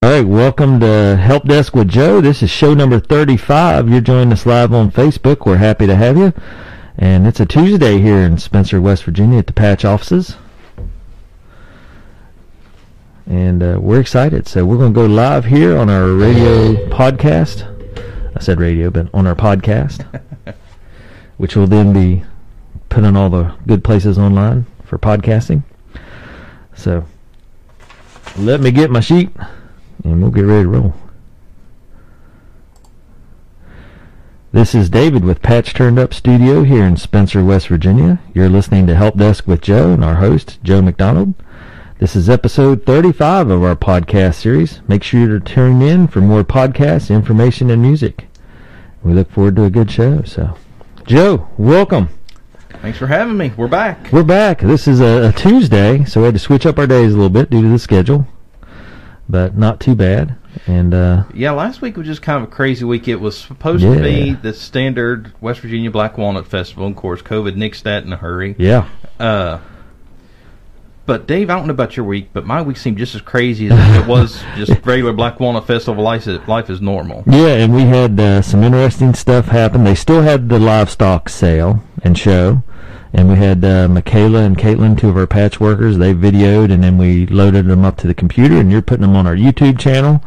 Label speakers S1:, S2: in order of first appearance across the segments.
S1: All right, welcome to Help Desk with Joe. This is show number 35. You're joining us live on Facebook. We're happy to have you. And it's a Tuesday here in Spencer, West Virginia at the Patch offices. And uh, we're excited. So we're going to go live here on our radio podcast. I said radio, but on our podcast, which will then be put on all the good places online for podcasting. So let me get my sheet and we'll get ready to roll. This is David with Patch Turned Up Studio here in Spencer, West Virginia. You're listening to Help Desk with Joe and our host, Joe McDonald. This is episode 35 of our podcast series. Make sure to tune in for more podcasts, information, and music. We look forward to a good show. So, Joe, welcome.
S2: Thanks for having me. We're back.
S1: We're back. This is a, a Tuesday, so we had to switch up our days a little bit due to the schedule, but not too bad. And uh,
S2: Yeah, last week was just kind of a crazy week. It was supposed to be
S1: Yeah.
S2: the standard West Virginia Black Walnut Festival. Of course, COVID nixed that in a hurry.
S1: yeah,
S2: Uh, but Dave, I don't know about your week, but my week seemed just as crazy as it was just regular Black Walnut Festival. Life is, life is normal.
S1: Yeah, and we had uh, some interesting stuff happen. They still had the livestock sale and show, and we had uh, Michaela and Caitlin, two of our patch workers. They videoed, and then we loaded them up to the computer, and you're putting them on our YouTube channel,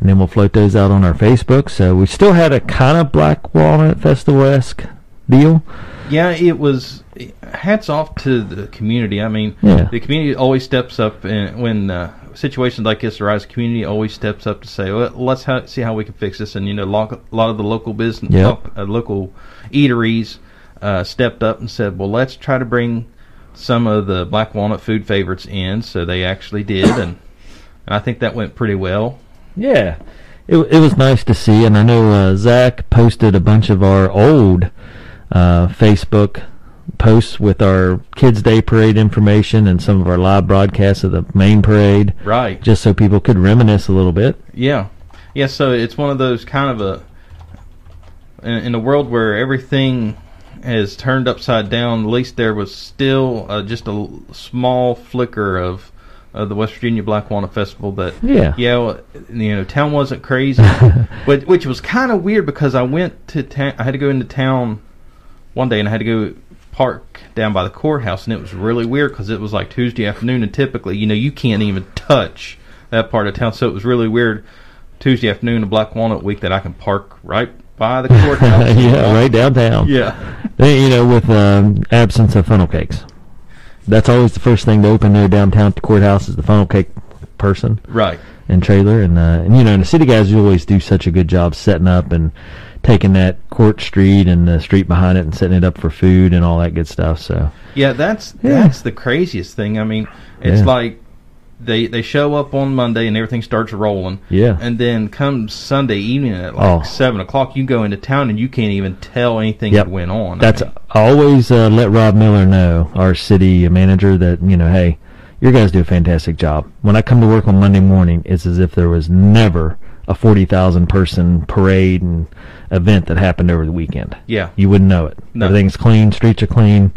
S1: and then we'll float those out on our Facebook. So we still had a kind of Black Walnut Festival esque deal.
S2: Yeah, it was. Hats off to the community. I mean,
S1: Yeah.
S2: the community always steps up, and when uh, situations like this arise, the community always steps up to say, well, "Let's ha- see how we can fix this." And you know, lo- a lot of the local business,
S1: Yep.
S2: lo- uh, local eateries, uh, stepped up and said, "Well, let's try to bring some of the black walnut food favorites in." So they actually did, and, and I think that went pretty well.
S1: Yeah, it it was nice to see, and I know uh, Zach posted a bunch of our old uh, Facebook posts with our Kids Day parade information and some of our live broadcasts of the main parade,
S2: Right.
S1: just so people could reminisce a little bit.
S2: Yeah, yeah. So it's one of those kind of a in, in a world where everything has turned upside down. At least there was still uh, just a l- small flicker of of the West Virginia Black Walnut Festival that
S1: Yeah.
S2: yeah well, you know town wasn't crazy, but which was kind of weird because I went to town. I had to go into town one day and I had to go park down by the courthouse and it was really weird because it was like Tuesday afternoon and typically you know you can't even touch that part of town so it was really weird Tuesday afternoon of Black Walnut Week that I can park right by the courthouse
S1: yeah, right downtown.
S2: yeah
S1: Then, you know, with um, absence of funnel cakes, that's always the first thing to open there downtown at the courthouse is the funnel cake person.
S2: right
S1: and trailer and uh, and you know and the city guys always do such a good job setting up and taking that court street and the street behind it and setting it up for food and all that good stuff so
S2: Yeah, that's
S1: Yeah.
S2: that's the craziest thing. I mean, it's
S1: Yeah.
S2: like they they show up on Monday and everything starts rolling.
S1: Yeah.
S2: and then come Sunday evening at like
S1: Oh.
S2: seven o'clock, you go into town and you can't even tell anything
S1: Yep.
S2: that went on. I
S1: that's
S2: mean,
S1: I always uh, let rob miller know our city manager that you know hey your guys do a fantastic job when i come to work on monday morning it's as if there was never a 40,000 person parade and event that happened over the weekend
S2: yeah,
S1: you wouldn't know it
S2: No.
S1: everything's clean streets are clean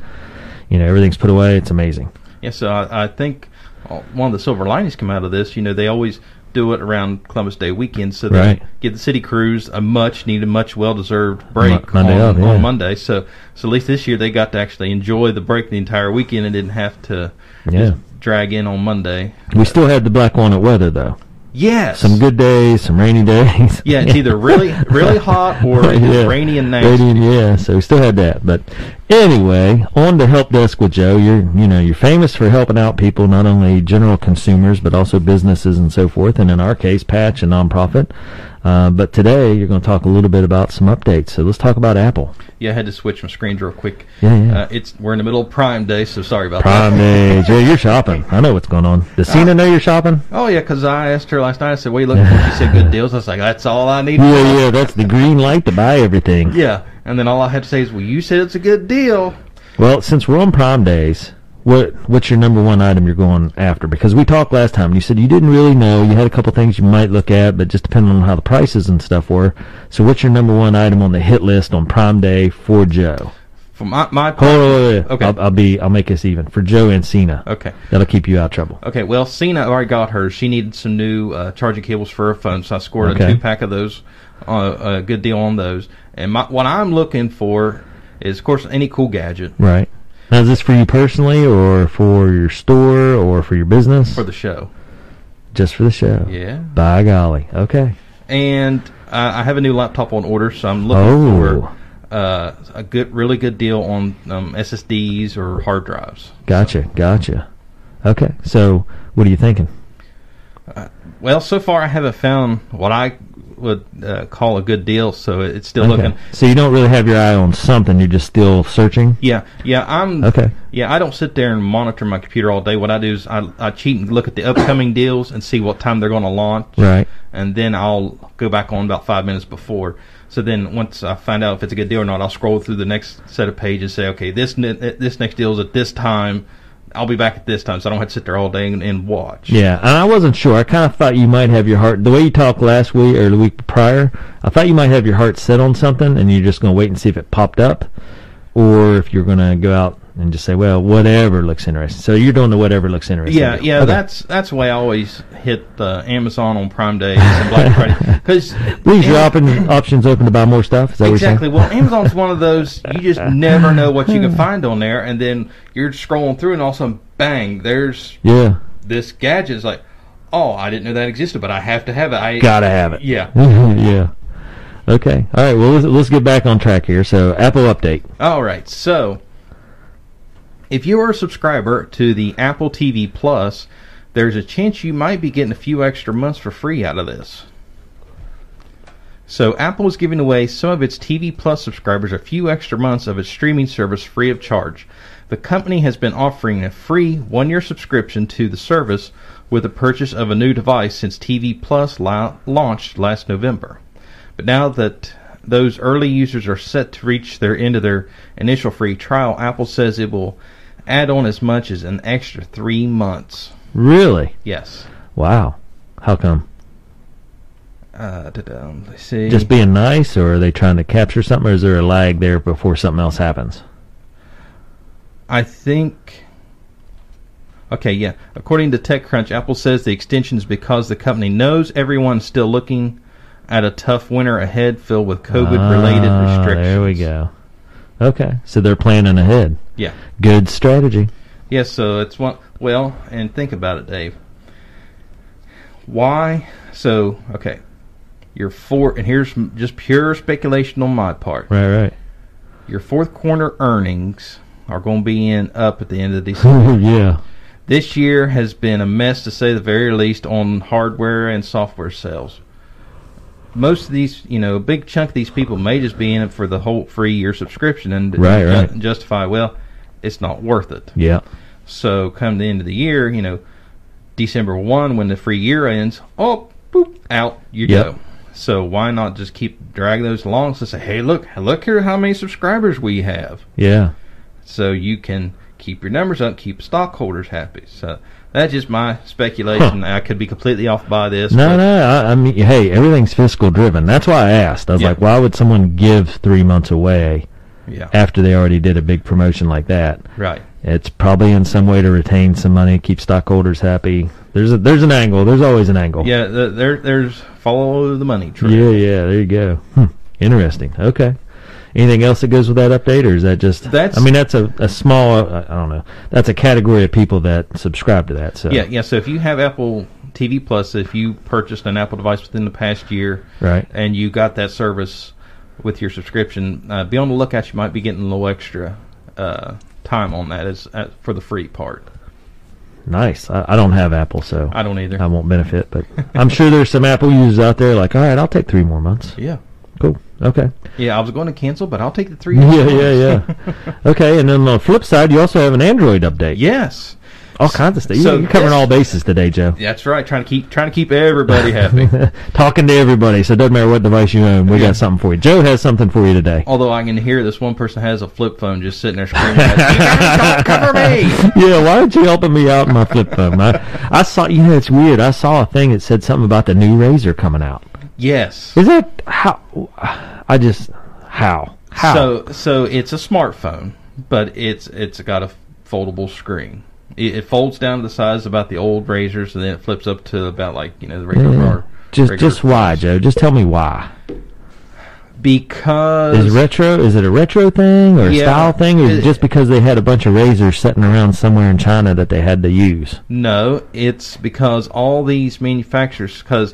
S1: you know everything's put away it's amazing
S2: yeah. So I, I think uh, one of the silver linings come out of this. You know, they always do it around Columbus Day weekend, so they
S1: Right.
S2: give the city crews a much needed, much well deserved break
S1: Mon- Monday
S2: on,
S1: off, yeah.
S2: on Monday. So so at least this year they got to actually enjoy the break the entire weekend and didn't have to.
S1: yeah
S2: drag in on Monday.
S1: We still had the black walnut weather though.
S2: Yes.
S1: Some good days, some rainy days.
S2: Yeah, it's either really really hot or it's
S1: Yeah.
S2: rainy and nasty.
S1: Rainy, and- yeah. So we still had that. But anyway, on to help desk with Joe. You're you know you're famous for helping out people, not only general consumers but also businesses and so forth. And in our case, Patch, a nonprofit. Uh, but today you're going to talk a little bit about some updates. So let's talk about Apple.
S2: Yeah, I had to switch my screens real quick.
S1: Yeah, yeah.
S2: Uh, it's we're in the middle of Prime Day, so sorry about
S1: Prime
S2: that.
S1: days. Yeah, you're shopping. I know what's going on. Does Cena know you're shopping?
S2: Oh yeah, because I asked her last night. I said, "What are you looking for?" She said, "Good deals." I was like, "That's all I need."
S1: Yeah, yeah. That's the green light to buy everything.
S2: Yeah, and then all I had to say is, "Well, you said it's a good deal."
S1: Well, since we're on Prime Days, what what's your number one item you're going after? Because we talked last time, and you said you didn't really know. You had a couple things you might look at, but just depending on how the prices and stuff were. So, what's your number one item on the hit list on Prime Day for Joe?
S2: For my my
S1: Hold on, wait, wait, wait.
S2: Okay.
S1: I'll, I'll be. I'll make this even for Joe and Cena.
S2: okay.
S1: That'll keep you out of trouble.
S2: Okay, well, Cena already got hers. She needed some new uh, charging cables for her phone, so I scored
S1: Okay.
S2: a two pack of those, uh, a good deal on those. And my, what I'm looking for is, of course, any cool gadget
S1: Right. Now, is this for you personally, or for your store, or for your business?
S2: for the show.
S1: Just for the show.
S2: Yeah.
S1: By golly. Okay.
S2: And uh, I have a new laptop on order, so I'm looking
S1: Oh.
S2: for uh, a good, really good deal on um, SSDs or hard drives.
S1: Gotcha. Gotcha. Okay. So, what are you thinking?
S2: Well, so far I haven't found what I would uh, call a good deal, so it's still looking.
S1: So you don't really have your eye on something. You're just still searching.
S2: Yeah, yeah, I'm
S1: Okay.
S2: Yeah, I don't sit there and monitor my computer all day. What I do is I, I cheat and look at the upcoming deals and see what time they're going to launch,
S1: Right.
S2: and then I'll go back on about five minutes before. So then once I find out if it's a good deal or not, I'll scroll through the next set of pages and say, okay, this ne- this next deal is at this time. I'll be back at this time, so I don't have to sit there all day and, and watch.
S1: Yeah, and I wasn't sure. I kind of thought you might have your heart. The way you talked last week or the week prior, I thought you might have your heart set on something, and you're just going to wait and see if it popped up, or if you're going to go out and just say, "Well, whatever looks interesting." So you're doing the whatever looks interesting.
S2: Yeah,
S1: deal.
S2: yeah,
S1: Okay.
S2: that's that's why I always hit uh, Amazon on Prime Days and Black Friday because
S1: leaves your op- options open to buy more stuff. Is that
S2: Exactly.
S1: What
S2: Well, Amazon's one of those you just never know what you can find on there, and then you're scrolling through, and all of a sudden, bang! There's
S1: you're saying? yeah,
S2: this gadget. It's like, oh, I didn't know that existed, but I have to have it. I
S1: gotta have it.
S2: yeah.
S1: Mm-hmm. yeah. Okay. All right. Well, let's, let's get back on track here. So Apple update.
S2: All right. So, if you are a subscriber to the Apple TV Plus, there's a chance you might be getting a few extra months for free out of this. So, Apple is giving away some of its TV Plus subscribers a few extra months of its streaming service free of charge. The company has been offering a free one year subscription to the service with the purchase of a new device since TV Plus la- launched last November. But now that those early users are set to reach their end of their initial free trial, Apple says it will add on as much as an extra three months.
S1: Really?
S2: Yes.
S1: Wow. How come?
S2: Uh, da-dum, let's see.
S1: Just being nice, or are they trying to capture something, or is there a lag there before something else happens?
S2: I think. Okay, yeah. According to TechCrunch, Apple says the extension is because the company knows everyone's still looking at a tough winter ahead filled with COVID related
S1: Ah,
S2: restrictions.
S1: There we go. Okay, so they're planning ahead.
S2: Yeah.
S1: Good strategy.
S2: Yes, so it's one. Well, and think about it, Dave. Why? So, okay. Your four, and here's m- just pure speculation on my part.
S1: Right, right.
S2: Your fourth quarter earnings are going to be in up at the end of December.
S1: yeah.
S2: this year has been a mess to say the very least on hardware and software sales. Most of these, you know, a big chunk of these people may just be in it for the whole free year subscription and
S1: Right,
S2: ju-
S1: right.
S2: justify, well, it's not worth it.
S1: Yeah.
S2: So come the end of the year, you know, December one when the free year ends, oh boop out you
S1: Yep.
S2: go. So why not just keep dragging those along to say, Hey look, look here how many subscribers we have.
S1: Yeah.
S2: So you can keep your numbers up, keep stockholders happy. So that's just my speculation. I could be completely off by this.
S1: No,
S2: but-
S1: no. I, I mean, hey, everything's fiscal driven. That's why I asked. I was
S2: Yeah.
S1: like, why would someone give three months away
S2: Yeah.
S1: after they already did a big promotion like that?
S2: Right.
S1: It's probably in some way to retain some money, keep stockholders happy. There's a, there's an angle. There's always an angle.
S2: Yeah, th- there there's follow the money trail.
S1: Yeah, yeah, there you go. Hmm. Interesting. Okay. Anything else that goes with that update, or is that just?
S2: That's-
S1: I mean, that's a, a small. uh, I don't know. That's a category of people that subscribe to that. So
S2: Yeah, yeah. So if you have Apple TV Plus, if you purchased an Apple device within the past year,
S1: Right.
S2: and you got that service with your subscription, uh, be on the lookout. You might be getting a little extra uh, time on that as uh, for the free part.
S1: nice. I, I don't have Apple, so
S2: I don't either.
S1: I won't benefit. But I'm sure there's some Apple users out there like, all right, I'll take three more months.
S2: yeah,
S1: Cool. Okay.
S2: yeah. I was going to cancel, but I'll take the three.
S1: Yeah, yeah, yeah. okay, and then on the flip side, you also have an Android update.
S2: Yes,
S1: All kinds of stuff. You-
S2: So-
S1: You're covering
S2: yes.
S1: all bases today, Joe.
S2: that's right. Trying to keep trying to keep everybody happy.
S1: Talking to everybody, so it doesn't matter what device you own, we
S2: Yeah. Oh.
S1: got something for you. Joe has something for you today.
S2: Although I can hear this one person has a flip phone just sitting there screaming, at us, "You guys don't cover me!"
S1: yeah, why aren't you helping me out with my flip phone? I, I saw, you know, it's weird. I saw a thing that said something about the new razor coming out.
S2: Yes.
S1: Is that how? I just how? How?
S2: So so it's a smartphone, but it's it's got a foldable screen. It, it folds down to the size about the old razors, and then it flips up to about like you know the
S1: Yeah.
S2: regular. bar-
S1: Mm-hmm. just
S2: regular
S1: just why,
S2: phones.
S1: Joe? Just tell me why.
S2: Because
S1: Is retro? Is it a retro thing or a
S2: Yeah.
S1: style thing, or is it
S2: It-
S1: just because they had a bunch of razors sitting around somewhere in China that they had to use?
S2: No, it's because all these manufacturers, because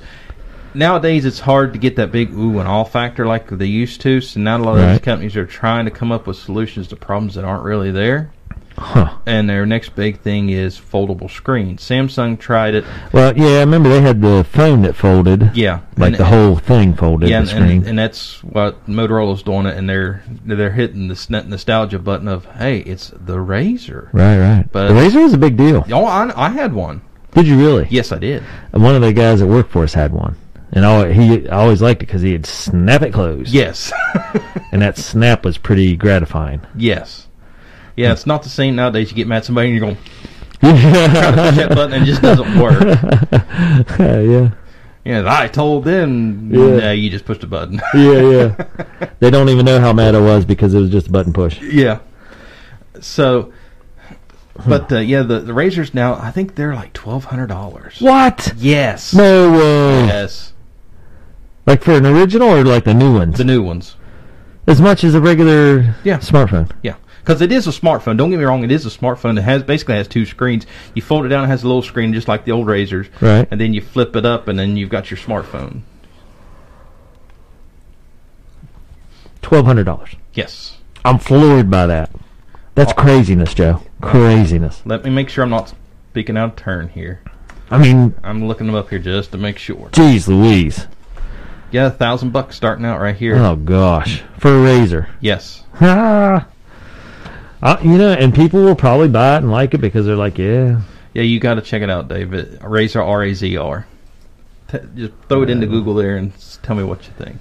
S2: nowadays it's hard to get that big ooh and all factor like they used to. So now a lot of
S1: Right.
S2: these companies are trying to come up with solutions to problems that aren't really there.
S1: Huh.
S2: And their next big thing is foldable screen. Samsung tried it.
S1: Well, yeah, I remember they had the phone that folded.
S2: Yeah,
S1: Like
S2: and-
S1: the whole thing folded,
S2: Yeah,
S1: the
S2: and,
S1: screen.
S2: and, and that's what Motorola's doing it, and they're they're hitting this n- nostalgia button of hey, it's the Razor.
S1: right, right.
S2: But-
S1: the razor was a big deal.
S2: Oh, I, I had one.
S1: Did you really?
S2: Yes, I did.
S1: One of the guys at work for us had one, and all, he I always liked it because he'd snap it closed.
S2: Yes.
S1: and that snap was pretty gratifying.
S2: Yes. Yeah, it's not the same nowadays. You get mad at somebody and you're going, push
S1: yeah,
S2: that button and it just doesn't work.
S1: yeah,
S2: Yeah, I told them.
S1: Yeah.
S2: No, you just pushed a button.
S1: yeah, yeah. they don't even know how mad I was because it was just a button push.
S2: yeah. So, but uh, yeah, the, the razors now, I think they're like $1,200.
S1: What?
S2: Yes.
S1: No way.
S2: Yes.
S1: Like for an original or like the new ones?
S2: The new ones.
S1: as much as a regular
S2: Yeah.
S1: smartphone.
S2: Yeah. Because it is a smartphone. Don't get me wrong. It is a smartphone. It has basically has two screens. You fold it down, it has a little screen just like the old razors.
S1: Right.
S2: And then you flip it up, and then you've got your smartphone.
S1: Twelve hundred dollars.
S2: Yes.
S1: I'm floored by that. That's craziness, Joe. Craziness.
S2: Let me make sure I'm not speaking out of turn here.
S1: I mean,
S2: I'm looking them up here just to make sure.
S1: geez, Louise.
S2: Yeah, a thousand bucks starting out right here.
S1: Oh gosh, for a razor.
S2: Yes.
S1: Ah. Uh, you know, and people will probably buy it and like it because they're like, yeah,
S2: Yeah, you got to check it out, David. Razor R A Z E R. T- Just throw it into Google there and s- tell me what you think.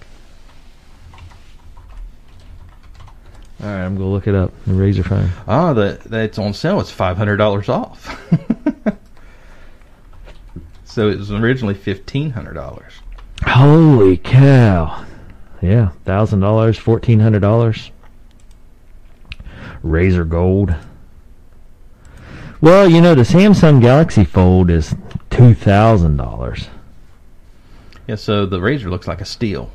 S1: All right, I'm gonna look it up. The razor phone.
S2: Ah, that that's on sale. It's five hundred dollars off. so it was originally fifteen hundred dollars.
S1: Holy cow! Yeah, thousand dollars, fourteen hundred dollars. Razor gold. Well, you know the Samsung Galaxy Fold is two thousand dollars.
S2: Yeah, so the razor looks like a steal,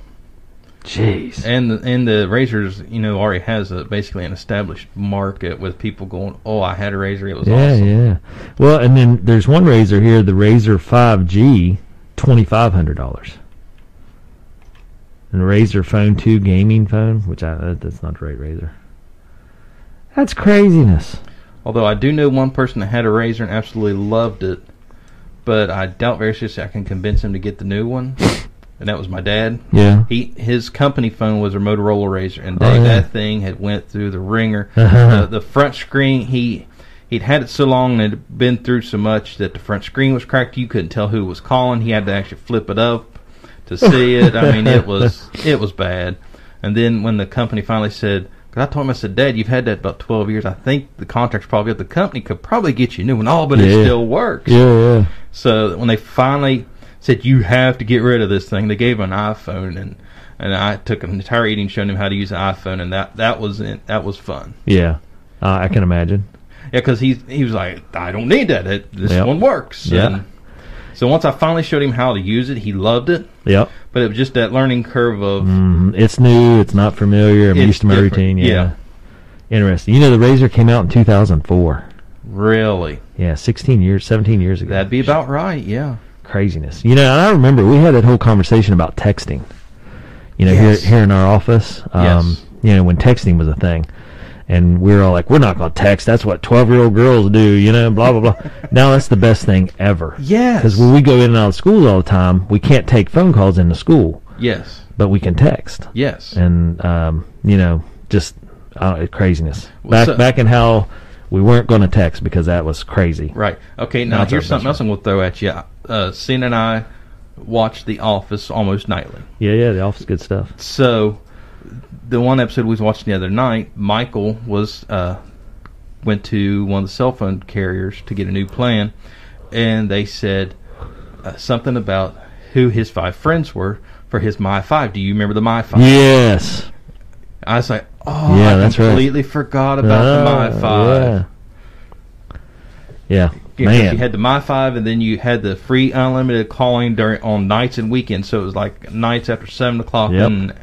S1: Jeez.
S2: and the, and the razors, you know, already has a basically an established market with people going, "Oh, I had a razor, it was
S1: yeah,
S2: awesome."
S1: yeah. Well, and then there's one razor here, the Razor 5G, twenty five hundred dollars. And Razor Phone 2 gaming phone, which I that- that's not the right razor. That's craziness.
S2: Although I do know one person that had a razor and absolutely loved it, but I doubt very seriously I can convince him to get the new one. And that was my dad.
S1: Yeah.
S2: He his company phone was a Motorola Razor, and they,
S1: Uh-huh. Oh, yeah.
S2: that thing had went through the ringer.
S1: Uh-huh.
S2: the, the front screen he he'd had it so long and it had been through so much that the front screen was cracked. You couldn't tell who was calling. He had to actually flip it up to see it. I mean, it was it was bad. And then when the company finally said, because I told him I said, Dad, you've had that about twelve years. I think the contract's probably good. The company could probably get you a new one. All, but
S1: Yeah.
S2: it still works.
S1: Yeah, yeah.
S2: So when they finally said you have to get rid of this thing, they gave him an iPhone and and I took an entire evening showing him how to use an iPhone and that that was it, that was fun.
S1: Yeah, uh, I can imagine.
S2: Yeah, because he he was like I don't need that. It, this
S1: Yep.
S2: one works.
S1: Yeah.
S2: And so once I finally showed him how to use it, he loved it.
S1: Yep.
S2: But it was just that learning curve of
S1: Mm, it's new. It's not familiar. I'm
S2: It's
S1: used to my
S2: different,
S1: routine. Yeah.
S2: yeah.
S1: Interesting. You know, the Razor came out in 2004.
S2: really
S1: Yeah, 16 years, 17 years ago.
S2: that'd be about right. Yeah.
S1: craziness. You know, and I remember we had that whole conversation about texting. You know,
S2: Yes.
S1: here here in our office. Um,
S2: Yes.
S1: You know, when texting was a thing, and we were all like, "We're not going to text. That's what twelve-year-old girls do." You know, blah blah blah. now that's the best thing ever.
S2: Yes.
S1: Because when we go in and out of schools all the time, we can't take phone calls into school,
S2: Yes.
S1: but we can text
S2: Yes.
S1: and um, you know, just uh, craziness.
S2: Well,
S1: Back
S2: so-
S1: back in how we weren't going to text because that was crazy.
S2: Right. Okay. Now
S1: That's our
S2: here's something
S1: best
S2: else I'm gonna throw at you. Uh, Sin and I watch The Office almost nightly.
S1: Yeah, yeah, the office good stuff.
S2: So, the one episode we was watching the other night, Michael was uh, went to one of the cell phone carriers to get a new plan, and they said uh, something about who his five friends were for his My Five. Do you remember the My Five?
S1: Yes.
S2: I was like, Oh,
S1: Yeah,
S2: I
S1: that's right.
S2: completely forgot about
S1: Oh,
S2: the Mi Five.
S1: Yeah. Yeah,
S2: Yeah, 'cause
S1: man.
S2: you had the Mi Five, and then you had the free unlimited calling during on nights and weekends. So it was like nights after seven o'clock
S1: Yep.
S2: and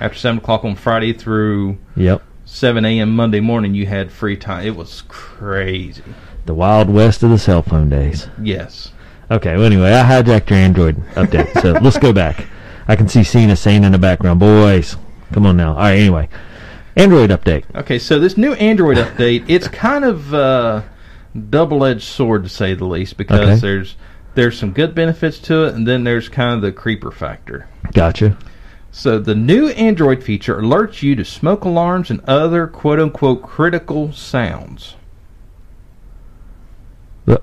S2: after seven o'clock on Friday through
S1: yep.
S2: seven a.m. Monday morning. You had free time. It was crazy.
S1: The Wild West of the cell phone days.
S2: Yes.
S1: Okay, well, anyway, I hijacked your Android update, so let's go back. I can see Cena saying in the background, boys, come on now. All right, anyway. Android update.
S2: Okay, so this new Android update, it's kind of a double-edged sword to say the least because
S1: Okay.
S2: there's there's some good benefits to it and then there's kind of the creeper factor.
S1: Gotcha.
S2: So the new Android feature alerts you to smoke alarms and other quote-unquote critical sounds.
S1: But-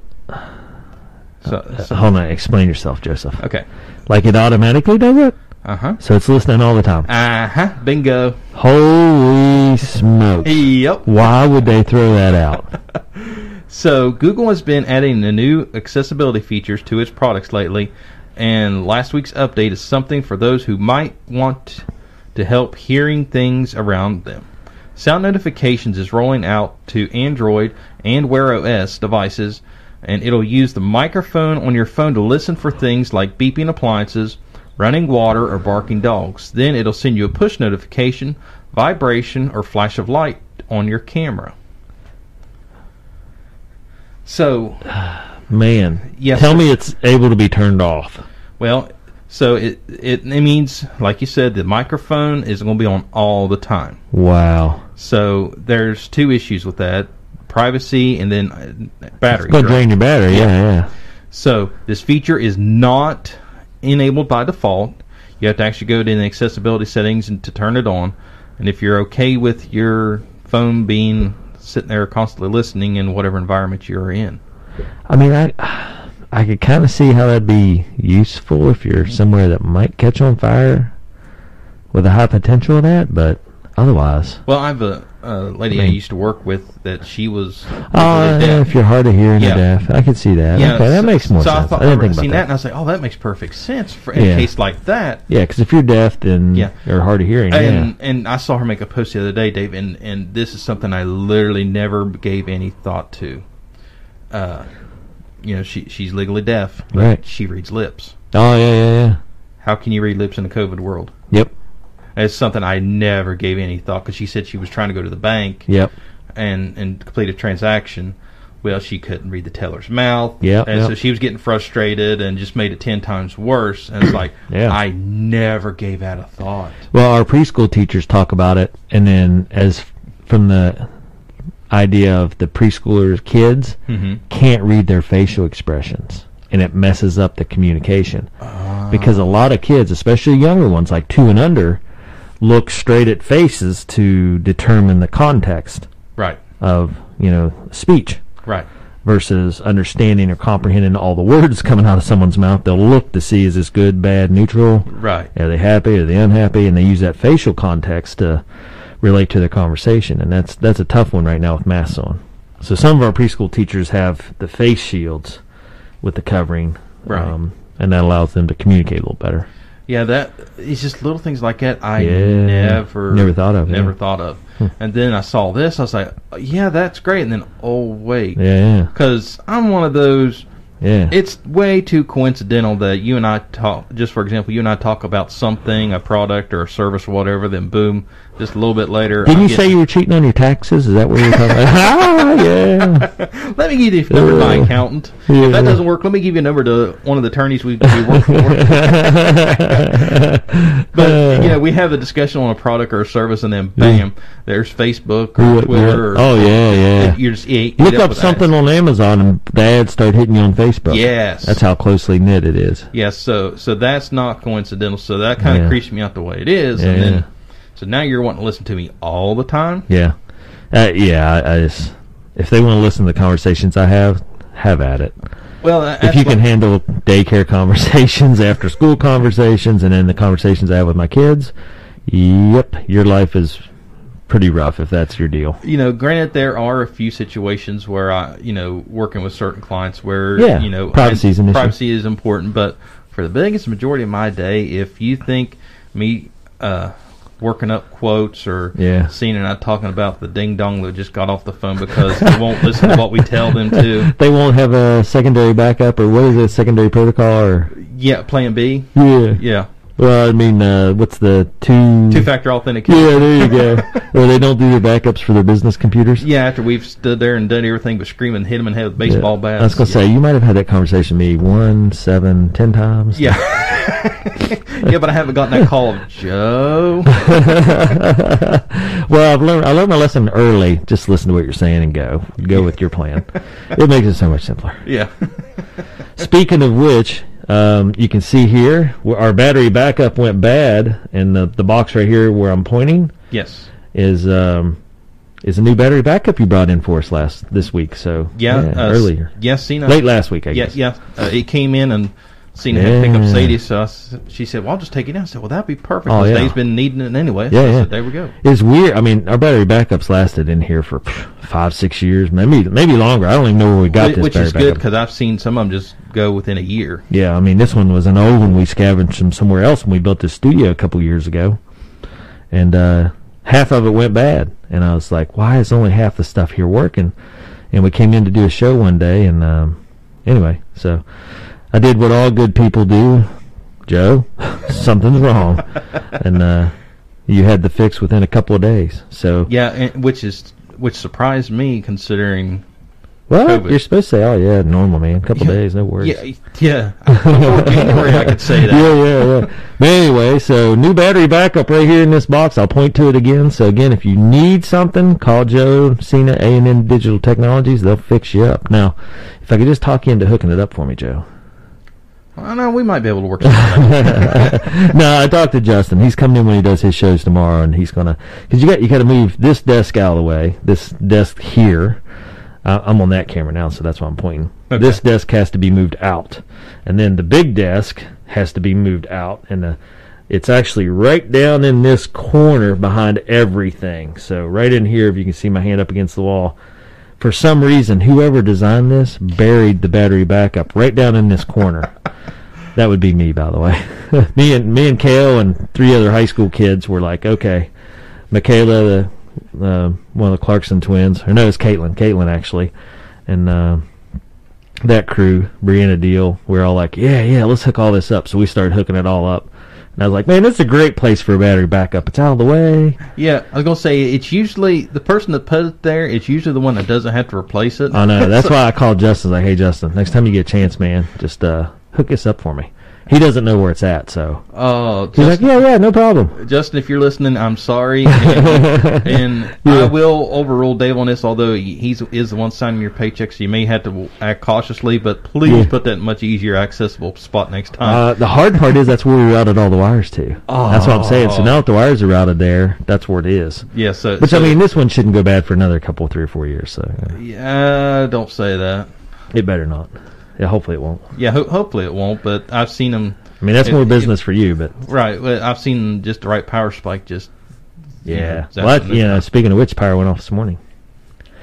S2: So, so-
S1: Uh, Hold on, explain yourself, Joseph.
S2: okay.
S1: Like it automatically does it?
S2: Uh-huh.
S1: So it's listening all the time.
S2: Uh-huh. Bingo.
S1: Holy smokes.
S2: Yep.
S1: Why would they throw that out?
S2: So Google has been adding the new accessibility features to its products lately, and last week's update is something for those who might want to help hearing things around them. Sound notifications is rolling out to Android and Wear OS devices, and it'll use the microphone on your phone to listen for things like beeping appliances, running water, or barking dogs. Then it'll send you a push notification, vibration, or flash of light on your camera. So,
S1: Man,
S2: Yes,
S1: tell
S2: sir.
S1: me it's able to be turned off.
S2: Well, so it, it it means, like you said, the microphone is going to be on all the time.
S1: Wow.
S2: So there's two issues with that: privacy and then uh, battery.
S1: It's going to
S2: drain.
S1: drain your battery. Yeah, yeah.
S2: So this feature is not enabled by default. You have to actually go to the accessibility settings and to turn it on. And if you're okay with your phone being sitting there constantly listening in whatever environment you're in.
S1: I mean, I I could kind of see how that'd be useful if you're somewhere that might catch on fire with a high potential of that, but otherwise,
S2: Well, I have a, a lady I
S1: Man.
S2: used to work with that she was.
S1: oh,
S2: legally
S1: yeah,
S2: deaf.
S1: if you're hard of hearing
S2: Yeah.
S1: or deaf, I could see that. okay, that
S2: so-
S1: makes more
S2: so I
S1: sense. I,
S2: thought I,
S1: didn't
S2: remember
S1: think about
S2: seeing that.
S1: that.
S2: and I was like, "Oh, that makes perfect sense for in
S1: Yeah.
S2: a case like that."
S1: Yeah, because if you're deaf, then
S2: Yeah.
S1: you're hard of hearing.
S2: And and I saw her make a post the other day, Dave, and and this is something I literally never gave any thought to. Uh, you know, she she's legally deaf, but
S1: Right.
S2: She reads lips.
S1: yeah. Oh yeah, yeah, yeah.
S2: How can you read lips in a COVID world?
S1: Yep,
S2: It's something I never gave any thought because she said she was trying to go to the bank
S1: yep.
S2: and and complete a transaction. Well, she couldn't read the teller's mouth,
S1: Yeah,
S2: and
S1: yeah.
S2: so she was getting frustrated and just made it ten times worse. And it's like,
S1: Yeah.
S2: I never gave that a thought.
S1: Well, our preschool teachers talk about it, and then as f- from the idea of the preschoolers' kids can't read their facial expressions, and it messes up the communication because a lot of kids, especially younger ones like two and under, look straight at faces to determine the context
S2: Right,
S1: of you know speech
S2: right,
S1: versus understanding or comprehending all the words coming out of someone's mouth. They'll look to see is this good, bad, neutral.
S2: right.
S1: Are they happy? Are they unhappy? And they use that facial context to relate to their conversation, and that's that's a tough one right now with masks on. So some of our preschool teachers have the face shields with the covering, um,
S2: Right.
S1: and that allows them to communicate a little better.
S2: Yeah, that it's just little things like that I
S1: Yeah.
S2: never
S1: Never thought of,
S2: Never
S1: yeah.
S2: thought of. And then I saw this, I was like, yeah, that's great. And then oh wait,
S1: Yeah,
S2: because I'm one of those.
S1: yeah, yeah.
S2: It's way too coincidental that you and I talk. Just for example, you and I talk about something, a product or a service or whatever. Then boom, just a little bit later.
S1: Didn't
S2: I
S1: you
S2: get-
S1: say you were cheating on your taxes? Is that what you were talking about? ah, yeah.
S2: Let me give you the number to my
S1: Uh,
S2: accountant.
S1: yeah.
S2: If that doesn't work, let me give you a number to one of the attorneys we, we
S1: Ah,
S2: work for.
S1: Uh.
S2: But yeah, we have a discussion on a product or a service, and then bam, there's Facebook or
S1: What- what-
S2: Twitter. Or,
S1: oh yeah, yeah.
S2: You're just eat, eat
S1: Look up
S2: with
S1: something on
S2: ads.
S1: Amazon, and the ads start hitting you on Facebook.
S2: Yes.
S1: that's how closely knit it is.
S2: Yes, so so that's not coincidental. So that kind of
S1: Yeah.
S2: creeps me out the way it is,
S1: Yeah,
S2: and
S1: yeah.
S2: then so now you're wanting to listen to me all the time.
S1: Yeah, uh, yeah. I, I just if they want to listen to the conversations I have, have at it.
S2: Well, that-
S1: If
S2: that's
S1: you can
S2: what-
S1: handle daycare conversations, after school conversations, and then the conversations I have with my kids, yep, your life is pretty rough if that's your deal.
S2: you know, granted, there are a few situations where I, you know, working with certain clients where,
S1: Yeah,
S2: you know,
S1: privacy is an issue.
S2: privacy is important. But for the biggest majority of my day, if you think me uh, working up quotes or
S1: Yeah.
S2: Cena and I talking about the ding dong that just got off the phone because they won't listen to what we tell them to.
S1: They won't have a secondary backup or what is it? Secondary protocol or
S2: Yeah, Plan B.
S1: yeah.
S2: Yeah,
S1: Well, I mean, uh, what's the two?
S2: two factor authentication.
S1: yeah, there you go. or they don't do their backups for their business computers.
S2: Yeah, after we've stood there and done everything but scream and hit him in the head with baseball bats.
S1: I was gonna
S2: yeah.
S1: say you might have had that conversation with me one, seven, ten times.
S2: Yeah. yeah, but I haven't gotten that call of Joe.
S1: well, I've learned I learned my lesson early. Just listen to what you're saying and go go with your plan. it makes it so much simpler.
S2: Yeah.
S1: Speaking of which, um, you can see here where our battery backup went bad, and the the box right here where I'm pointing
S2: Yes.
S1: is um, is a new battery backup you brought in for us last this week. So
S2: Yeah. uh, s-
S1: earlier,
S2: Yes, Cena.
S1: late last week, I
S2: Yeah,
S1: guess.
S2: yeah. Uh, it came in and Cena had to pick up
S1: Yeah.
S2: Sadie, so I s she said, "Well, I'll just take it down." I said, "Well, that'd be perfect."
S1: Oh,
S2: because
S1: yeah.
S2: Dave's been needing it anyway.
S1: Yeah,
S2: so I
S1: yeah.
S2: said, there we go.
S1: It's weird. I mean, our battery backups lasted in here for pff, five, six years, maybe maybe longer. I don't even know where we got
S2: Whi-
S1: this
S2: Which
S1: battery
S2: is good
S1: backup.
S2: because I've seen some of them just go within a year.
S1: Yeah, I mean, this one was an old one we scavenged from somewhere else when we built this studio a couple years ago. And uh, half of it went bad. And I was like, why is only half the stuff here working? And we came in to do a show one day. And um, anyway, so I did what all good people do Joe, something's wrong. and uh, you had the fix within a couple of days. So,
S2: Yeah, and, which is which surprised me considering.
S1: well,
S2: COVID.
S1: you're supposed to say, oh, yeah, normal, man. couple
S2: Yeah.
S1: days, no worries.
S2: Yeah, yeah. Before January, I could say that.
S1: Yeah, yeah, yeah. But anyway, so new battery backup right here in this box. I'll point to it again. So again, if you need something, call Joe Cena A and M Digital Technologies. They'll fix you up. Now, if I could just talk you into hooking it up for me, Joe.
S2: I know we might be able to work. Something out.
S1: no, I talked to Justin. He's coming in when he does his shows tomorrow, and he's gonna because you got you got to move this desk out of the way. This desk here. I I'm on that camera now, so that's why I'm pointing.
S2: Okay.
S1: This desk has to be moved out, and then the big desk has to be moved out, and the, it's actually right down in this corner behind everything. So right in here, if you can see my hand up against the wall. For some reason, whoever designed this buried the battery backup right down in this corner. That would be me, by the way. me and me and Kale and three other high school kids were like, okay, Michaela, the uh, one of the Clarkson twins, or no, it's Caitlin, Caitlin actually, and uh, that crew, Brianna Deal. We're all like, yeah, yeah, let's hook all this up. So we started hooking it all up, and I was like, man, this is a great place for a battery backup. It's out of the way.
S2: Yeah, I was gonna say it's usually the person that put it there. It's usually the one that doesn't have to replace it.
S1: I know. That's why I called Justin. Like, hey, Justin, next time you get a chance, man, just uh, hook this up for me. He doesn't know where it's at, so
S2: Oh,
S1: he's
S2: Justin,
S1: like, yeah, yeah, no problem.
S2: Justin, if you're listening, I'm sorry, and, and I will overrule Dave on this. Although he- he's is the one signing your paycheck, so you may have to act cautiously. But please
S1: Yeah.
S2: put that in much easier accessible spot next time.
S1: Uh, the hard part is that's where we routed all the wires to. That's what I'm saying. So now that the wires are routed there, that's where it is.
S2: yeah, so,
S1: Which I
S2: so-
S1: mean, this one shouldn't go bad for another couple, three or four years. So yeah.
S2: yeah, don't say that.
S1: it better not. Yeah, hopefully it won't.
S2: Yeah, ho- hopefully it won't. But I've seen them
S1: I mean, that's
S2: It-
S1: more
S2: it-
S1: business for you, but
S2: right. well, I've seen just the right power spike. Just
S1: yeah.
S2: Yeah,
S1: well,
S2: definitely.
S1: you know, speaking of which, power went off this morning.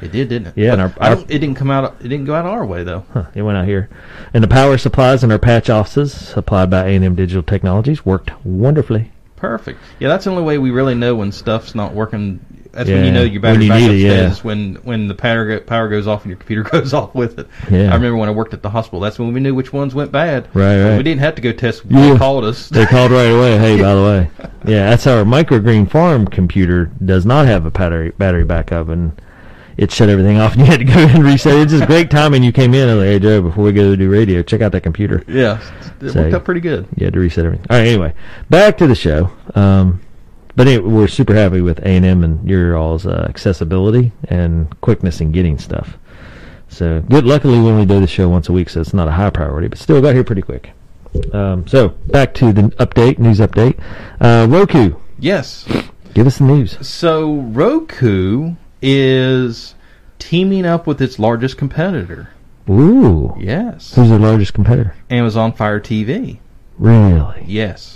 S2: it did, didn't it?
S1: Yeah, and
S2: But
S1: our-
S2: I
S1: our-
S2: don't- it didn't come out. It didn't go out our way though.
S1: Huh, it went out here, and the power supplies in our patch offices, supplied by A&M Digital Technologies, worked wonderfully.
S2: Perfect. Yeah, that's the only way we really know when stuff's not working. That's when
S1: Yeah,
S2: you know your
S1: when
S2: battery
S1: you
S2: backup's
S1: need it,
S2: dead.
S1: yeah.
S2: Is when when the power go, power goes off and your computer goes off with it.
S1: Yeah.
S2: I remember when I worked at the hospital. That's when we knew which ones went bad.
S1: Right, right.
S2: We didn't have to go test.
S1: Yeah.
S2: They called us.
S1: They called right away. Hey, by the way, yeah, that's our microgreen farm computer does not have a battery battery backup, and it shut everything off. And you had to go in and reset. It's just great timing. You came in and like, hey Joe, before we go to do radio, check out that computer.
S2: yeah, it
S1: Say-
S2: worked out pretty good.
S1: You had to reset everything. All right, anyway, back to the show. Um, but anyway, we're super happy with A and M and your all's uh, accessibility and quickness in getting stuff. So good. Luckily, we only do the show once a week, so it's not a high priority, but still got here pretty quick. Um, so back to the update, news update. Uh, Roku,
S2: Yes.
S1: give us the news.
S2: So Roku is teaming up with its largest competitor.
S1: Ooh,
S2: Yes.
S1: who's their largest competitor?
S2: Amazon Fire TV.
S1: Really?
S2: Yes.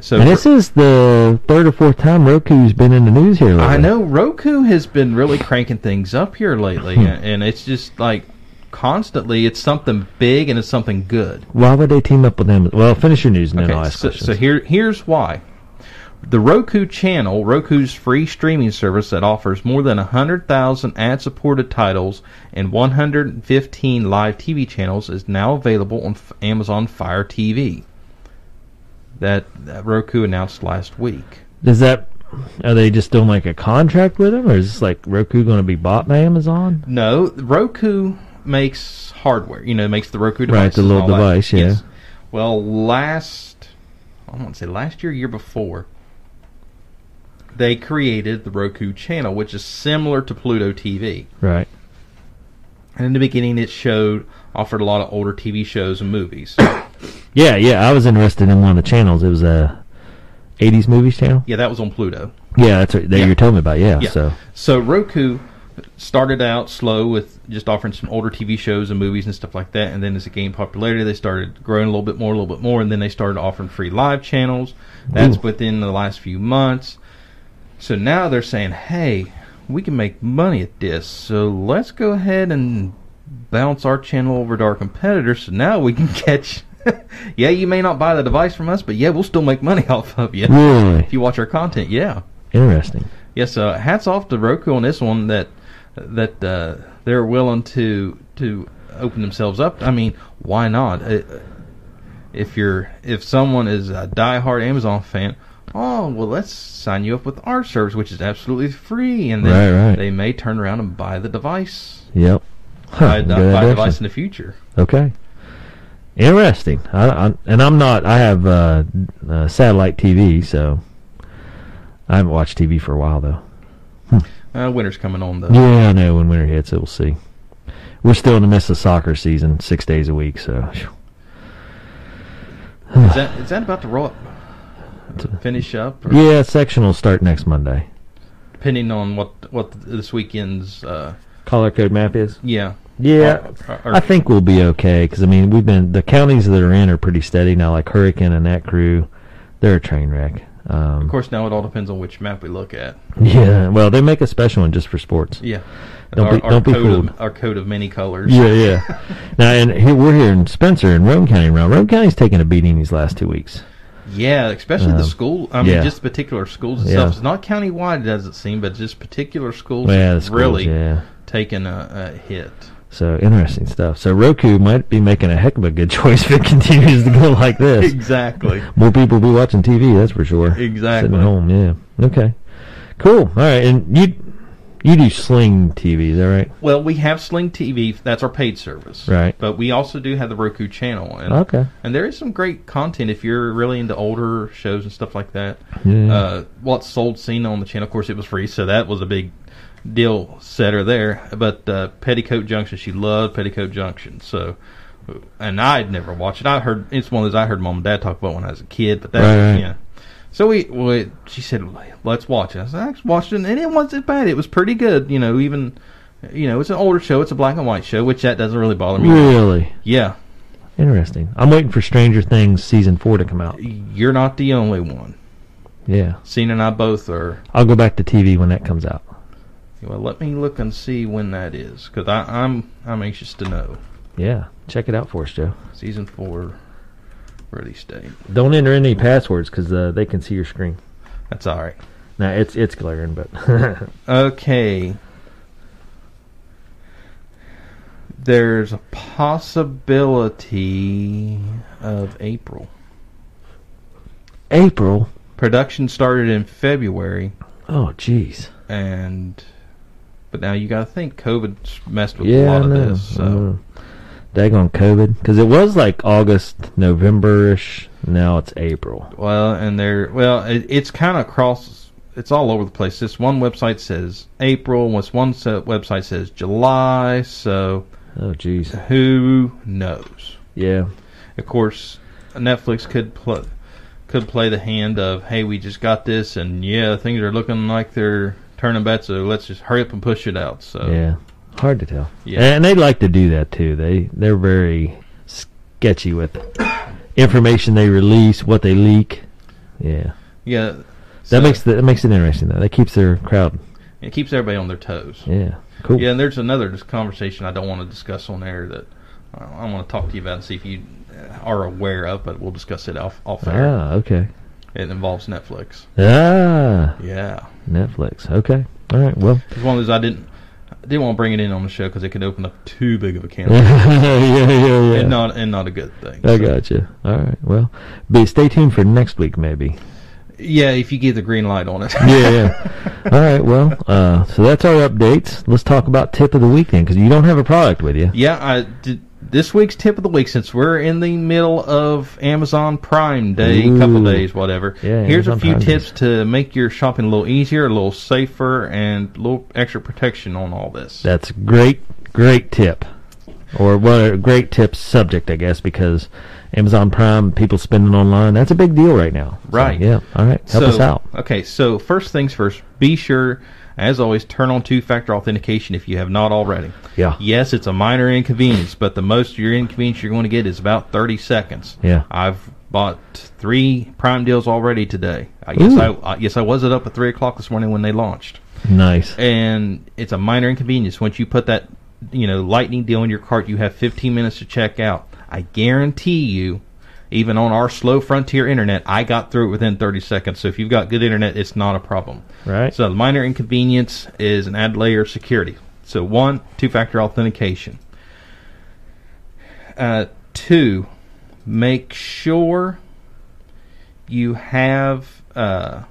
S2: So
S1: And this is the third or fourth time Roku's been in the news here lately.
S2: I know Roku has been really cranking things up here lately, and and it's just like constantly it's something big and it's something good.
S1: Why would they team up with them? Well, finish your news and then I'll
S2: Okay,
S1: ask
S2: so,
S1: questions.
S2: so here here's why. The Roku channel, Roku's free streaming service that offers more than 100,000 ad supported titles and 115 live TV channels, is now available on F- Amazon Fire TV. That, that Roku announced last week.
S1: Does that are they just doing like a contract with them, or is this like Roku going to be bought by Amazon?
S2: No, Roku makes hardware. You know, makes the Roku device.
S1: Right, the little device, yeah.
S2: Well, last I want to say last year, year before, they created the Roku channel, which is similar to Pluto TV.
S1: Right.
S2: And in the beginning, it showed offered a lot of older TV shows and movies.
S1: Yeah, yeah. I was interested in one of the channels. It was a '80s movies channel.
S2: yeah, that was on Pluto.
S1: Yeah, that's what that
S2: Yeah.
S1: you were telling me about. Yeah,
S2: Yeah.
S1: so
S2: So Roku started out slow with just offering some older TV shows and movies and stuff like that, and then as it gained popularity, they started growing a little bit more, a little bit more, and then they started offering free live channels. That's
S1: Ooh.
S2: within the last few months. So now they're saying, "Hey, we can make money at this, so let's go ahead and bounce our channel over to our competitors. So now we can catch." yeah, you may not buy the device from us, but yeah, we'll still make money off of you
S1: really
S2: if you watch our content. Yeah.
S1: interesting.
S2: Yes, uh, hats off to Roku on this one that that uh, they're willing to to open themselves up. I mean, why not? Uh, If you're if someone is a diehard Amazon fan, oh well, let's sign you up with our service, which is absolutely free, and then
S1: Right, right.
S2: they may turn around and buy the device,
S1: Yep. Huh,
S2: buy, a
S1: good
S2: di- buy a
S1: idea.
S2: device in the future.
S1: Okay. Interesting. I, I, and I'm not. I have uh, uh, satellite TV, so I haven't watched TV for a while though.
S2: Uh, winter's coming on though.
S1: Yeah, I know. When winter hits, it will see. We're still in the midst of soccer season, six days a week. So,
S2: Is that is that about to roll up? Finish up, or
S1: yeah, sectionals start next Monday.
S2: depending on what what this weekend's uh,
S1: Color code map is.
S2: yeah
S1: Yeah,
S2: Or- or-
S1: I think we'll be okay because I mean we've been the counties that are in are pretty steady now. Like Hurricane and that crew, they're a train wreck.
S2: Of
S1: Um,
S2: course, now it all depends on which map we look at.
S1: yeah, well, they make a special one just for sports.
S2: Yeah.
S1: Don't
S2: our,
S1: be-
S2: our
S1: don't be
S2: code
S1: fooled.
S2: Of, our code of many colors.
S1: Yeah, yeah. now, and here, we're here in Spencer in Rome County. Now, Rome County's taken a beating these last two weeks.
S2: Yeah, especially
S1: Um,
S2: the school. I mean,
S1: yeah.
S2: just particular schools
S1: Yeah.
S2: itself. It's not countywide, it doesn't seem, but just particular schools
S1: Yeah, the
S2: have
S1: schools,
S2: really
S1: yeah.
S2: taken a, a hit.
S1: So interesting stuff. So Roku might be making a heck of a good choice if it continues to go like this.
S2: Exactly.
S1: More people will be watching TV, that's for sure.
S2: Exactly.
S1: Sitting at home, yeah. Okay. Cool. All right, and you you do Sling TV, is that right?
S2: Well, we have Sling TV. That's our paid service.
S1: Right.
S2: But we also do have the Roku channel. And,
S1: Okay.
S2: And there is some great content if you're really into older shows and stuff like that.
S1: Yeah.
S2: Uh, what's sold seen on the channel, of course, it was free, so that was a big deal setter there. But uh, Petticoat Junction, she loved Petticoat Junction. So, and I'd never watched it. I heard it's one of those I heard mom and dad talk about when I was a kid. But that,
S1: Right, right.
S2: yeah. So we, we, she said, let's watch it. I said, I watched it, and it wasn't bad. It was pretty good, you know. Even, you know, it's an older show. It's a black and white show, which that doesn't really bother me.
S1: Really
S2: Yeah,
S1: interesting. I'm waiting for Stranger Things season four to come out.
S2: you're not the only one.
S1: Yeah,
S2: Cena and I both are.
S1: I'll go back to TV when that comes out.
S2: Well, let me look and see when that is, because I'm I'm anxious to know
S1: Yeah, check it out for us, Joe.
S2: season four release date.
S1: Don't enter any passwords because uh, they can see your screen.
S2: That's all right.
S1: Now it's it's glaring, but
S2: Okay. There's a possibility of April.
S1: April.
S2: Production started in February,
S1: Oh, jeez.
S2: and but now you got to think COVID messed with a
S1: Yeah,
S2: lot
S1: I
S2: of
S1: know.
S2: this. So.
S1: Daggone COVID, because it was like August, November-ish. Now it's April.
S2: Well, and they're well, it, it's kind of across. It's all over the place. This one website says April, this one se- website says July. So
S1: Oh, jeez.
S2: who knows?
S1: Yeah.
S2: Of course, Netflix could play could play the hand of hey, we just got this, and yeah, things are looking like they're turning bad. So let's just hurry up and push it out. So
S1: Yeah. Hard to tell.
S2: Oh. Yeah.
S1: And they like to do that too. They they're very sketchy with information they release, what they leak. Yeah.
S2: yeah,
S1: That
S2: so
S1: makes the, that makes it interesting though. That keeps their crowd.
S2: it keeps everybody on their toes.
S1: Yeah. Cool.
S2: Yeah, and there's another just conversation I don't want to discuss on air that uh, I want to talk to you about and see if you uh, are aware of, but we'll discuss it off off air.
S1: Ah, okay.
S2: It involves Netflix.
S1: Ah,
S2: Yeah,
S1: Netflix. Okay. All right. Well,
S2: it's one of those I didn't I didn't want to bring it in on the show because it could open up too big of a can, of worms.
S1: yeah, yeah, yeah.
S2: and uh, not and not a good thing.
S1: I
S2: So,
S1: gotcha. All right. Well, be stay tuned for next week, maybe.
S2: Yeah, if you get the green light on it.
S1: Yeah. yeah. All right. Well, uh, so that's our updates. Let's talk about tip of the week then, because you don't have a product with you.
S2: Yeah, I did. This week's tip of the week, since we're in the middle of Amazon Prime Day,
S1: Ooh.
S2: couple days, whatever.
S1: Yeah,
S2: here's
S1: Amazon
S2: a few
S1: Prime
S2: tips to make your shopping a little easier, a little safer, and a little extra protection on all this.
S1: That's a great, great tip, or what a great tip subject, I guess, because Amazon Prime people spending online. That's a big deal right now. So,
S2: Right.
S1: yeah. All right. Help us out.
S2: Okay, so first things first, be sure, as always, turn on two factor authentication if you have not already.
S1: Yeah.
S2: Yes, it's a minor inconvenience, but the most your inconvenience you're going to get is about 30 seconds.
S1: Yeah.
S2: I've bought three Prime deals already today. I guess
S1: Ooh.
S2: I, I yes I was up at three o'clock this morning when they launched,
S1: Nice.
S2: Eh, and it's a minor inconvenience. Once you put that you know lightning deal in your cart, you have 15 minutes to check out. I guarantee you. Even on our slow frontier internet, I got through it within 30 seconds. So if you've got good internet, it's not a problem.
S1: Right.
S2: So the minor inconvenience is an added layer of security. So one, two-factor authentication. Uh, two, make sure you have uh,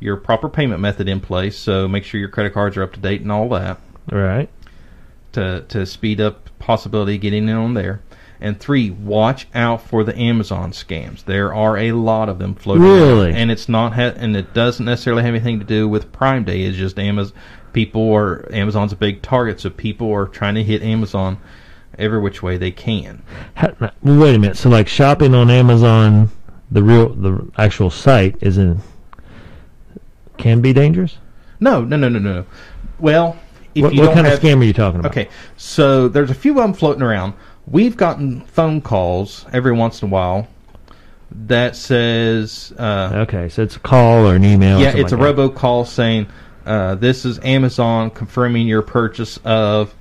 S2: your proper payment method in place. So make sure your credit cards are up to date and all that
S1: Right.
S2: to to speed up possibility of getting in on there. And three, watch out for the Amazon scams. There are a lot of them floating around.
S1: Really?
S2: and it's not ha- and it doesn't necessarily have anything to do with Prime Day. It's just Amazon people are Amazon's a big target, so people are trying to hit Amazon every which way they can.
S1: How, now, wait a minute. So, like shopping on Amazon, the real, the actual site is in can be dangerous.
S2: No, no, no, no, no. Well, if
S1: What,
S2: you
S1: what
S2: don't
S1: kind of
S2: have
S1: scam are you talking about?
S2: Okay, so there's a few of them floating around. We've gotten phone calls every once in a while that says uh,
S1: Okay. So it's a call or an email. or
S2: yeah,
S1: Oh, something
S2: it's a
S1: like that.
S2: robocall saying, uh, "This is Amazon confirming your purchase of."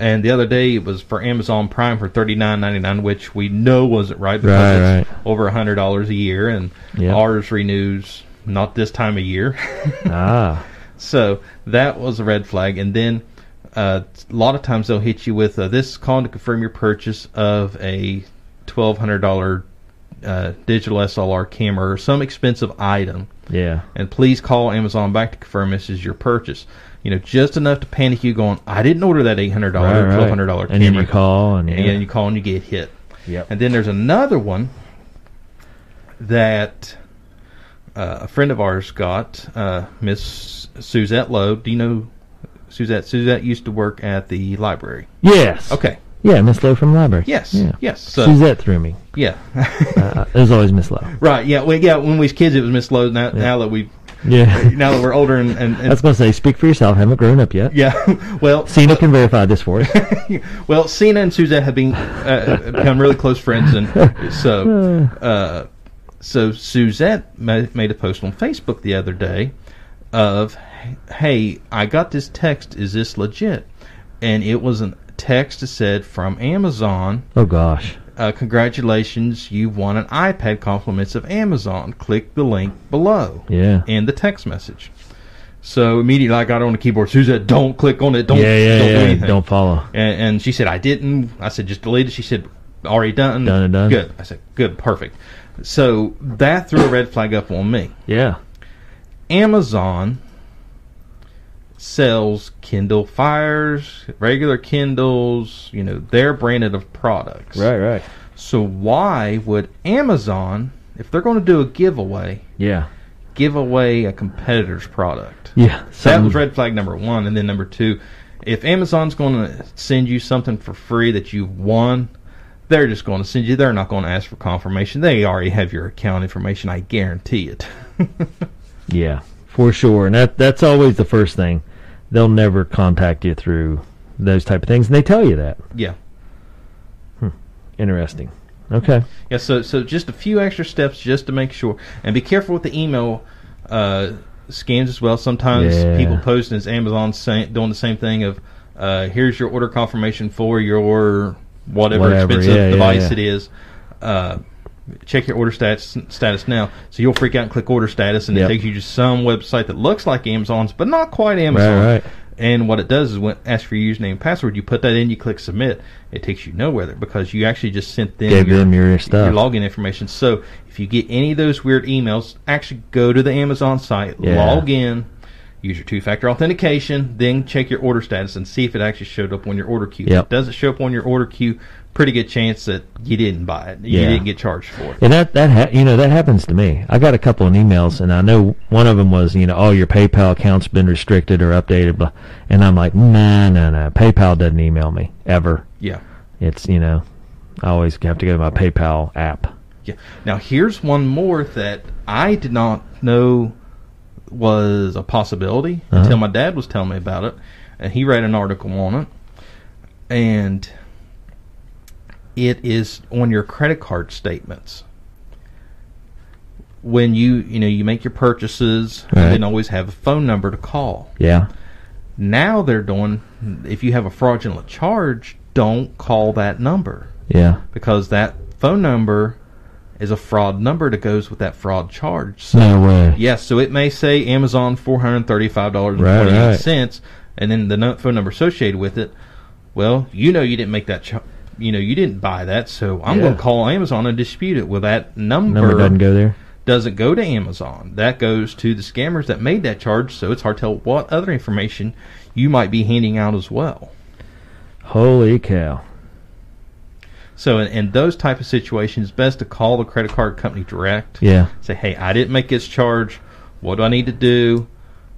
S2: And the other day it was for Amazon Prime for thirty nine ninety nine, which we know wasn't right because
S1: Right,
S2: it's over a hundred dollars a year, and
S1: Yeah.
S2: ours renews not this time of year.
S1: Ah.
S2: so that was a red flag. And then uh, a lot of times they'll hit you with uh, this is calling to confirm your purchase of a twelve hundred dollar uh, digital SLR camera or some expensive item
S1: Yeah.
S2: and please call Amazon back to confirm this is your purchase. You know, just enough to panic you going, I didn't order that eight hundred dollar,
S1: Right,
S2: twelve
S1: right.
S2: hundred dollar
S1: And
S2: camera.
S1: then you call and yeah.
S2: and you call and you get hit.
S1: Yep.
S2: And then there's another one that uh, a friend of ours got, uh, Miss Suzette Lowe. Do you know Suzette? Suzette used to work at the library.
S1: yes.
S2: Okay.
S1: Yeah, Miss Lowe from the library.
S2: Yes.
S1: Yeah.
S2: Yes. So
S1: Suzette threw me.
S2: yeah.
S1: Uh, it was always Miss Lowe.
S2: right. Yeah. Well, yeah. When we was kids, it was Miss Lowe. Now, now that we,
S1: Yeah.
S2: now that we're older and, and,
S1: I was
S2: and
S1: going to say, speak for yourself. Haven't grown up yet.
S2: yeah. Well,
S1: Cena can verify this for us.
S2: well, Cena and Suzette have been uh, become really close friends, and so uh, so Suzette ma- made a post on Facebook the other day of, "Hey, I got this text. Is this legit?" And it was a text that said from Amazon,
S1: Oh, gosh.
S2: uh, "Congratulations, you won an iPad. Compliments of Amazon. Click the link below."
S1: Yeah.
S2: and the text message. So immediately I got on the keyboard. Suzette, don't click on it. Don't,
S1: yeah, yeah,
S2: don't
S1: yeah.
S2: do anything.
S1: Don't follow.
S2: And, and she said, I didn't. I said, just delete it. She said, already done.
S1: Done and done.
S2: Good. I said, good, perfect. So that threw a red flag up on me.
S1: Yeah.
S2: Amazon sells Kindle Fires, regular Kindles, you know, their branded of products.
S1: right.
S2: So why would Amazon, if they're going to do a giveaway,
S1: Yeah.
S2: give away a competitor's product?
S1: Yeah.
S2: That
S1: Some-
S2: was red flag number one, and then number two, if Amazon's going to send you something for free that you've won, they're just going to send you. They're not going to ask for confirmation. They already have your account information. I guarantee it.
S1: Yeah, for sure. And that that's always the first thing. They'll never contact you through those type of things, and they tell you that.
S2: yeah,
S1: Interesting. Okay.
S2: yeah. So, so just a few extra steps just to make sure, and be careful with the email uh, scams as well. Sometimes
S1: Yeah.
S2: people post as Amazon sa- doing the same thing of, uh, here's your order confirmation for your whatever,
S1: Whatever,
S2: expensive
S1: yeah, yeah,
S2: device
S1: yeah.
S2: it is. Uh, check your order status status now. So you'll freak out and click order status, and
S1: Yep.
S2: it takes you to some website that looks like Amazon's, but not quite Amazon.
S1: Right, right.
S2: And what it does is when ask for your username and password, you put that in, you click submit. It takes you nowhere there because you actually just sent them
S1: Gave them your
S2: your
S1: stuff.
S2: login information. So if you get any of those weird emails, actually go to the Amazon site,
S1: Yeah.
S2: log in, use your two-factor authentication, then check your order status and see if it actually showed up on your order queue.
S1: Yep.
S2: If it doesn't show up on your order queue, pretty good chance that you didn't buy it. You
S1: Yeah.
S2: didn't get charged for it.
S1: And that that ha- you know that happens to me. I got a couple of emails, and I know one of them was you know, oh, your PayPal account's been restricted or updated, blah. and I'm like, nah, nah, nah. PayPal doesn't email me ever.
S2: Yeah.
S1: It's you know, I always have to go to my PayPal app.
S2: Yeah. Now here's one more that I did not know was a possibility until my dad was telling me about it, and he read an article on it, and it is on your credit card statements. When you you know you make your purchases,
S1: Right.
S2: you didn't always have a phone number to call.
S1: Yeah,
S2: Now they're doing if you have a fraudulent charge, don't call that number
S1: yeah,
S2: because that phone number is a fraud number that goes with that fraud charge. So
S1: no way.
S2: yes, so it may say Amazon four hundred thirty-five dollars and
S1: Right,
S2: twenty-eight
S1: right.
S2: cents, and then the no- phone number associated with it. Well, you know you didn't make that. Ch- you know you didn't buy that, so I'm
S1: Yeah.
S2: going to call Amazon and dispute it. Well, that number,
S1: Number doesn't go there.
S2: doesn't go to Amazon. That goes to the scammers that made that charge. So it's hard to tell what other information you might be handing out as well.
S1: Holy cow!
S2: So in, in those type of situations, best to call the credit card company direct.
S1: Yeah,
S2: say, hey, I didn't make this charge. What do I need to do?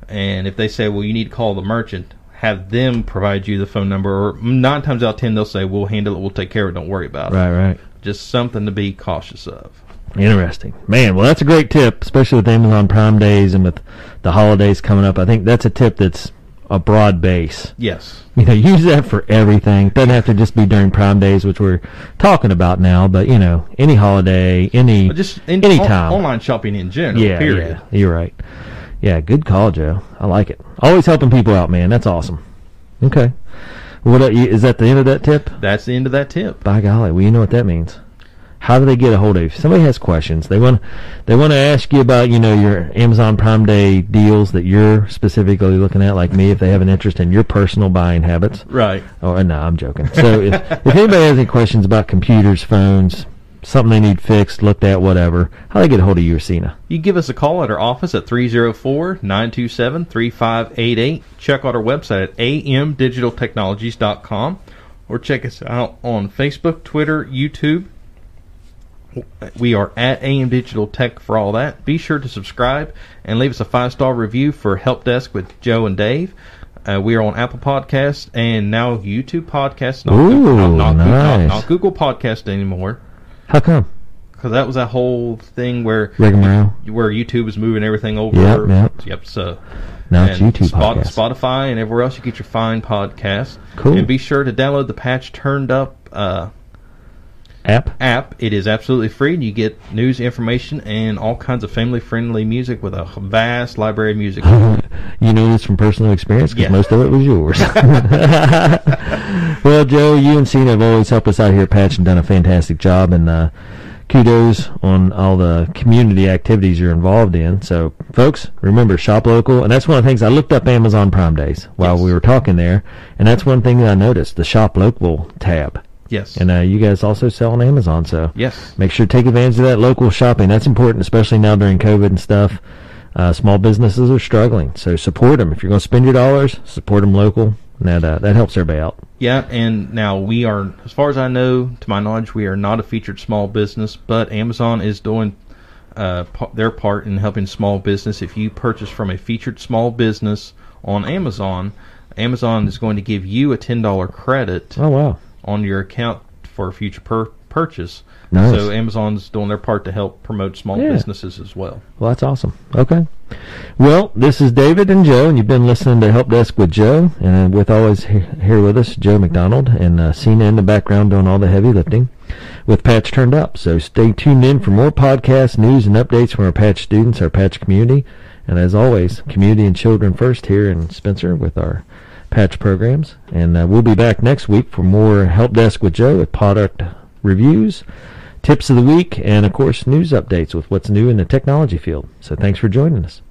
S2: And if they say, well, you need to call the merchant, have them provide you the phone number. Or nine times out of ten, they'll say, we'll handle it. We'll take care of it. Don't worry about
S1: right, right.
S2: it. Just something to be cautious of.
S1: Interesting, man. Well, that's a great tip, especially with Amazon Prime Days and with the holidays coming up. I think that's a tip that's a broad base.
S2: Yes.
S1: you know, use that for everything. Doesn't have to just be during Prime Days, which we're talking about now. But you know, any holiday, any
S2: But just in,
S1: anytime.
S2: on- online shopping in general,
S1: yeah,
S2: period.
S1: yeah, you're right. Yeah, good call, Joe. I like it. Always helping people out, man. That's awesome. Okay, what uh, is that? The end of that tip?
S2: That's the end of that tip.
S1: By golly, well, you know what that means. How do they get a hold of you? If somebody has questions, they want they want to ask you about you know your Amazon Prime Day deals that you're specifically looking at, like me, if they have an interest in your personal buying habits.
S2: Right.
S1: Oh, no, I'm joking. So if, if anybody has any questions about computers, phones, something they need fixed, looked at, whatever, how they get a hold of you, Cena?
S2: You give us a call at our office at 304 927 3588. Check out our website at amdigitaltechnologies.com or check us out on Facebook, Twitter, YouTube. We are at AM Digital Tech for all that. Be sure to subscribe and leave us a five star review for Help Desk with Joe and Dave. Uh, we are on Apple Podcasts and now YouTube Podcasts. Not,
S1: Ooh,
S2: not, not,
S1: nice.
S2: not Google Podcasts anymore
S1: How come?
S2: because that was that whole thing where
S1: Rigmarole.
S2: where YouTube was moving everything over.
S1: Yep, yep.
S2: So
S1: Now it's
S2: and
S1: YouTube
S2: Spot-
S1: podcast.
S2: Spotify, and everywhere else you get your fine podcasts.
S1: Cool.
S2: And be sure to download the patch turned up uh,
S1: App?
S2: app. It is absolutely free, and you get news, information, and all kinds of family friendly music with a vast library of music.
S1: You know this from personal experience because
S2: Yeah.
S1: most of it was yours. well, Joe, you and Cena have always helped us out here, at Patch, and done a fantastic job. And uh, kudos on all the community activities you're involved in. So, folks, remember shop local, and that's one of the things I looked up Amazon Prime Days while
S2: Yes.
S1: we were talking there, and that's one thing that I noticed the shop local tab.
S2: yes.
S1: And uh, you guys also sell on Amazon, so
S2: yes.
S1: make sure to take advantage of that local shopping. That's important, especially now during COVID and stuff. Uh, small businesses are struggling, so support them. If you're going to spend your dollars, support them local. And that uh, that helps everybody out.
S2: Yeah, and now we are, as far as I know, to my knowledge, we are not a featured small business, but Amazon is doing uh, pa- their part in helping small business. If you purchase from a featured small business on Amazon, Amazon is going to give you a ten dollar credit
S1: Oh wow,
S2: on your account for a future per- purchase.
S1: Nice.
S2: So Amazon's doing their part to help promote small
S1: Yeah.
S2: businesses as well.
S1: well that's awesome. Okay, well this is David and Joe, and you've been listening to Help Desk with Joe, and uh, with always he- here with us Joe McDonald and uh, Cena in the background doing all the heavy lifting with Patch turned up. So stay tuned in for more podcasts, news, and updates from our Patch students, our Patch community, and as always, community and children first here in Spencer with our Patch programs. And uh, we'll be back next week for more Help Desk with Joe with product reviews, tips of the week, and of course, news updates with what's new in the technology field. So thanks for joining us.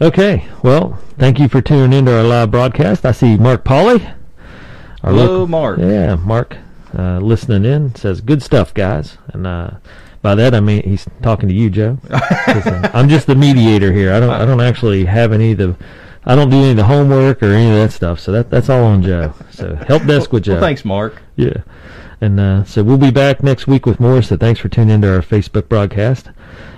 S1: Okay, well, thank you for tuning into our live broadcast. I see Mark Polly. our
S2: Hello,
S1: local-
S2: Mark.
S1: Yeah, Mark, uh, listening in says good stuff, guys, and uh, by that I mean he's talking to you, Joe. 'Cause, uh, I'm just the mediator here. I don't, I don't actually have any of the, I don't do any of the homework or any of that stuff. So that, that's all on Joe. So help desk with Joe.
S2: Well, thanks, Mark.
S1: Yeah. And uh, so we'll be back next week with more. So thanks for tuning into our Facebook broadcast.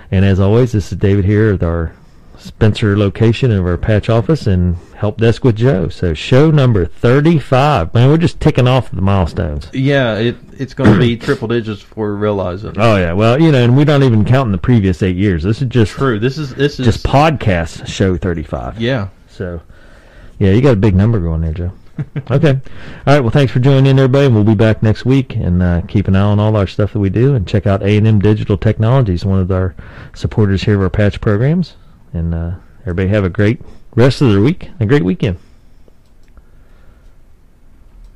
S1: And as always, this is David here at our Spencer location of our patch office and help desk with Joe. So show number 35. Man, we're just ticking off the milestones.
S2: Yeah, it it's going to be triple digits before we realize it.
S1: Oh, yeah. Well, you know, and we're not even counting the previous eight years. This is just,
S2: True. This is this is
S1: just podcast show 35.
S2: yeah.
S1: So, yeah, you got a big number going there, Joe. okay. All right. Well, thanks for joining in, everybody. We'll be back next week and uh, keep an eye on all our stuff that we do and check out A&M Digital Technologies, one of our supporters here of our patch programs. And uh, everybody have a great rest of their week and a great weekend.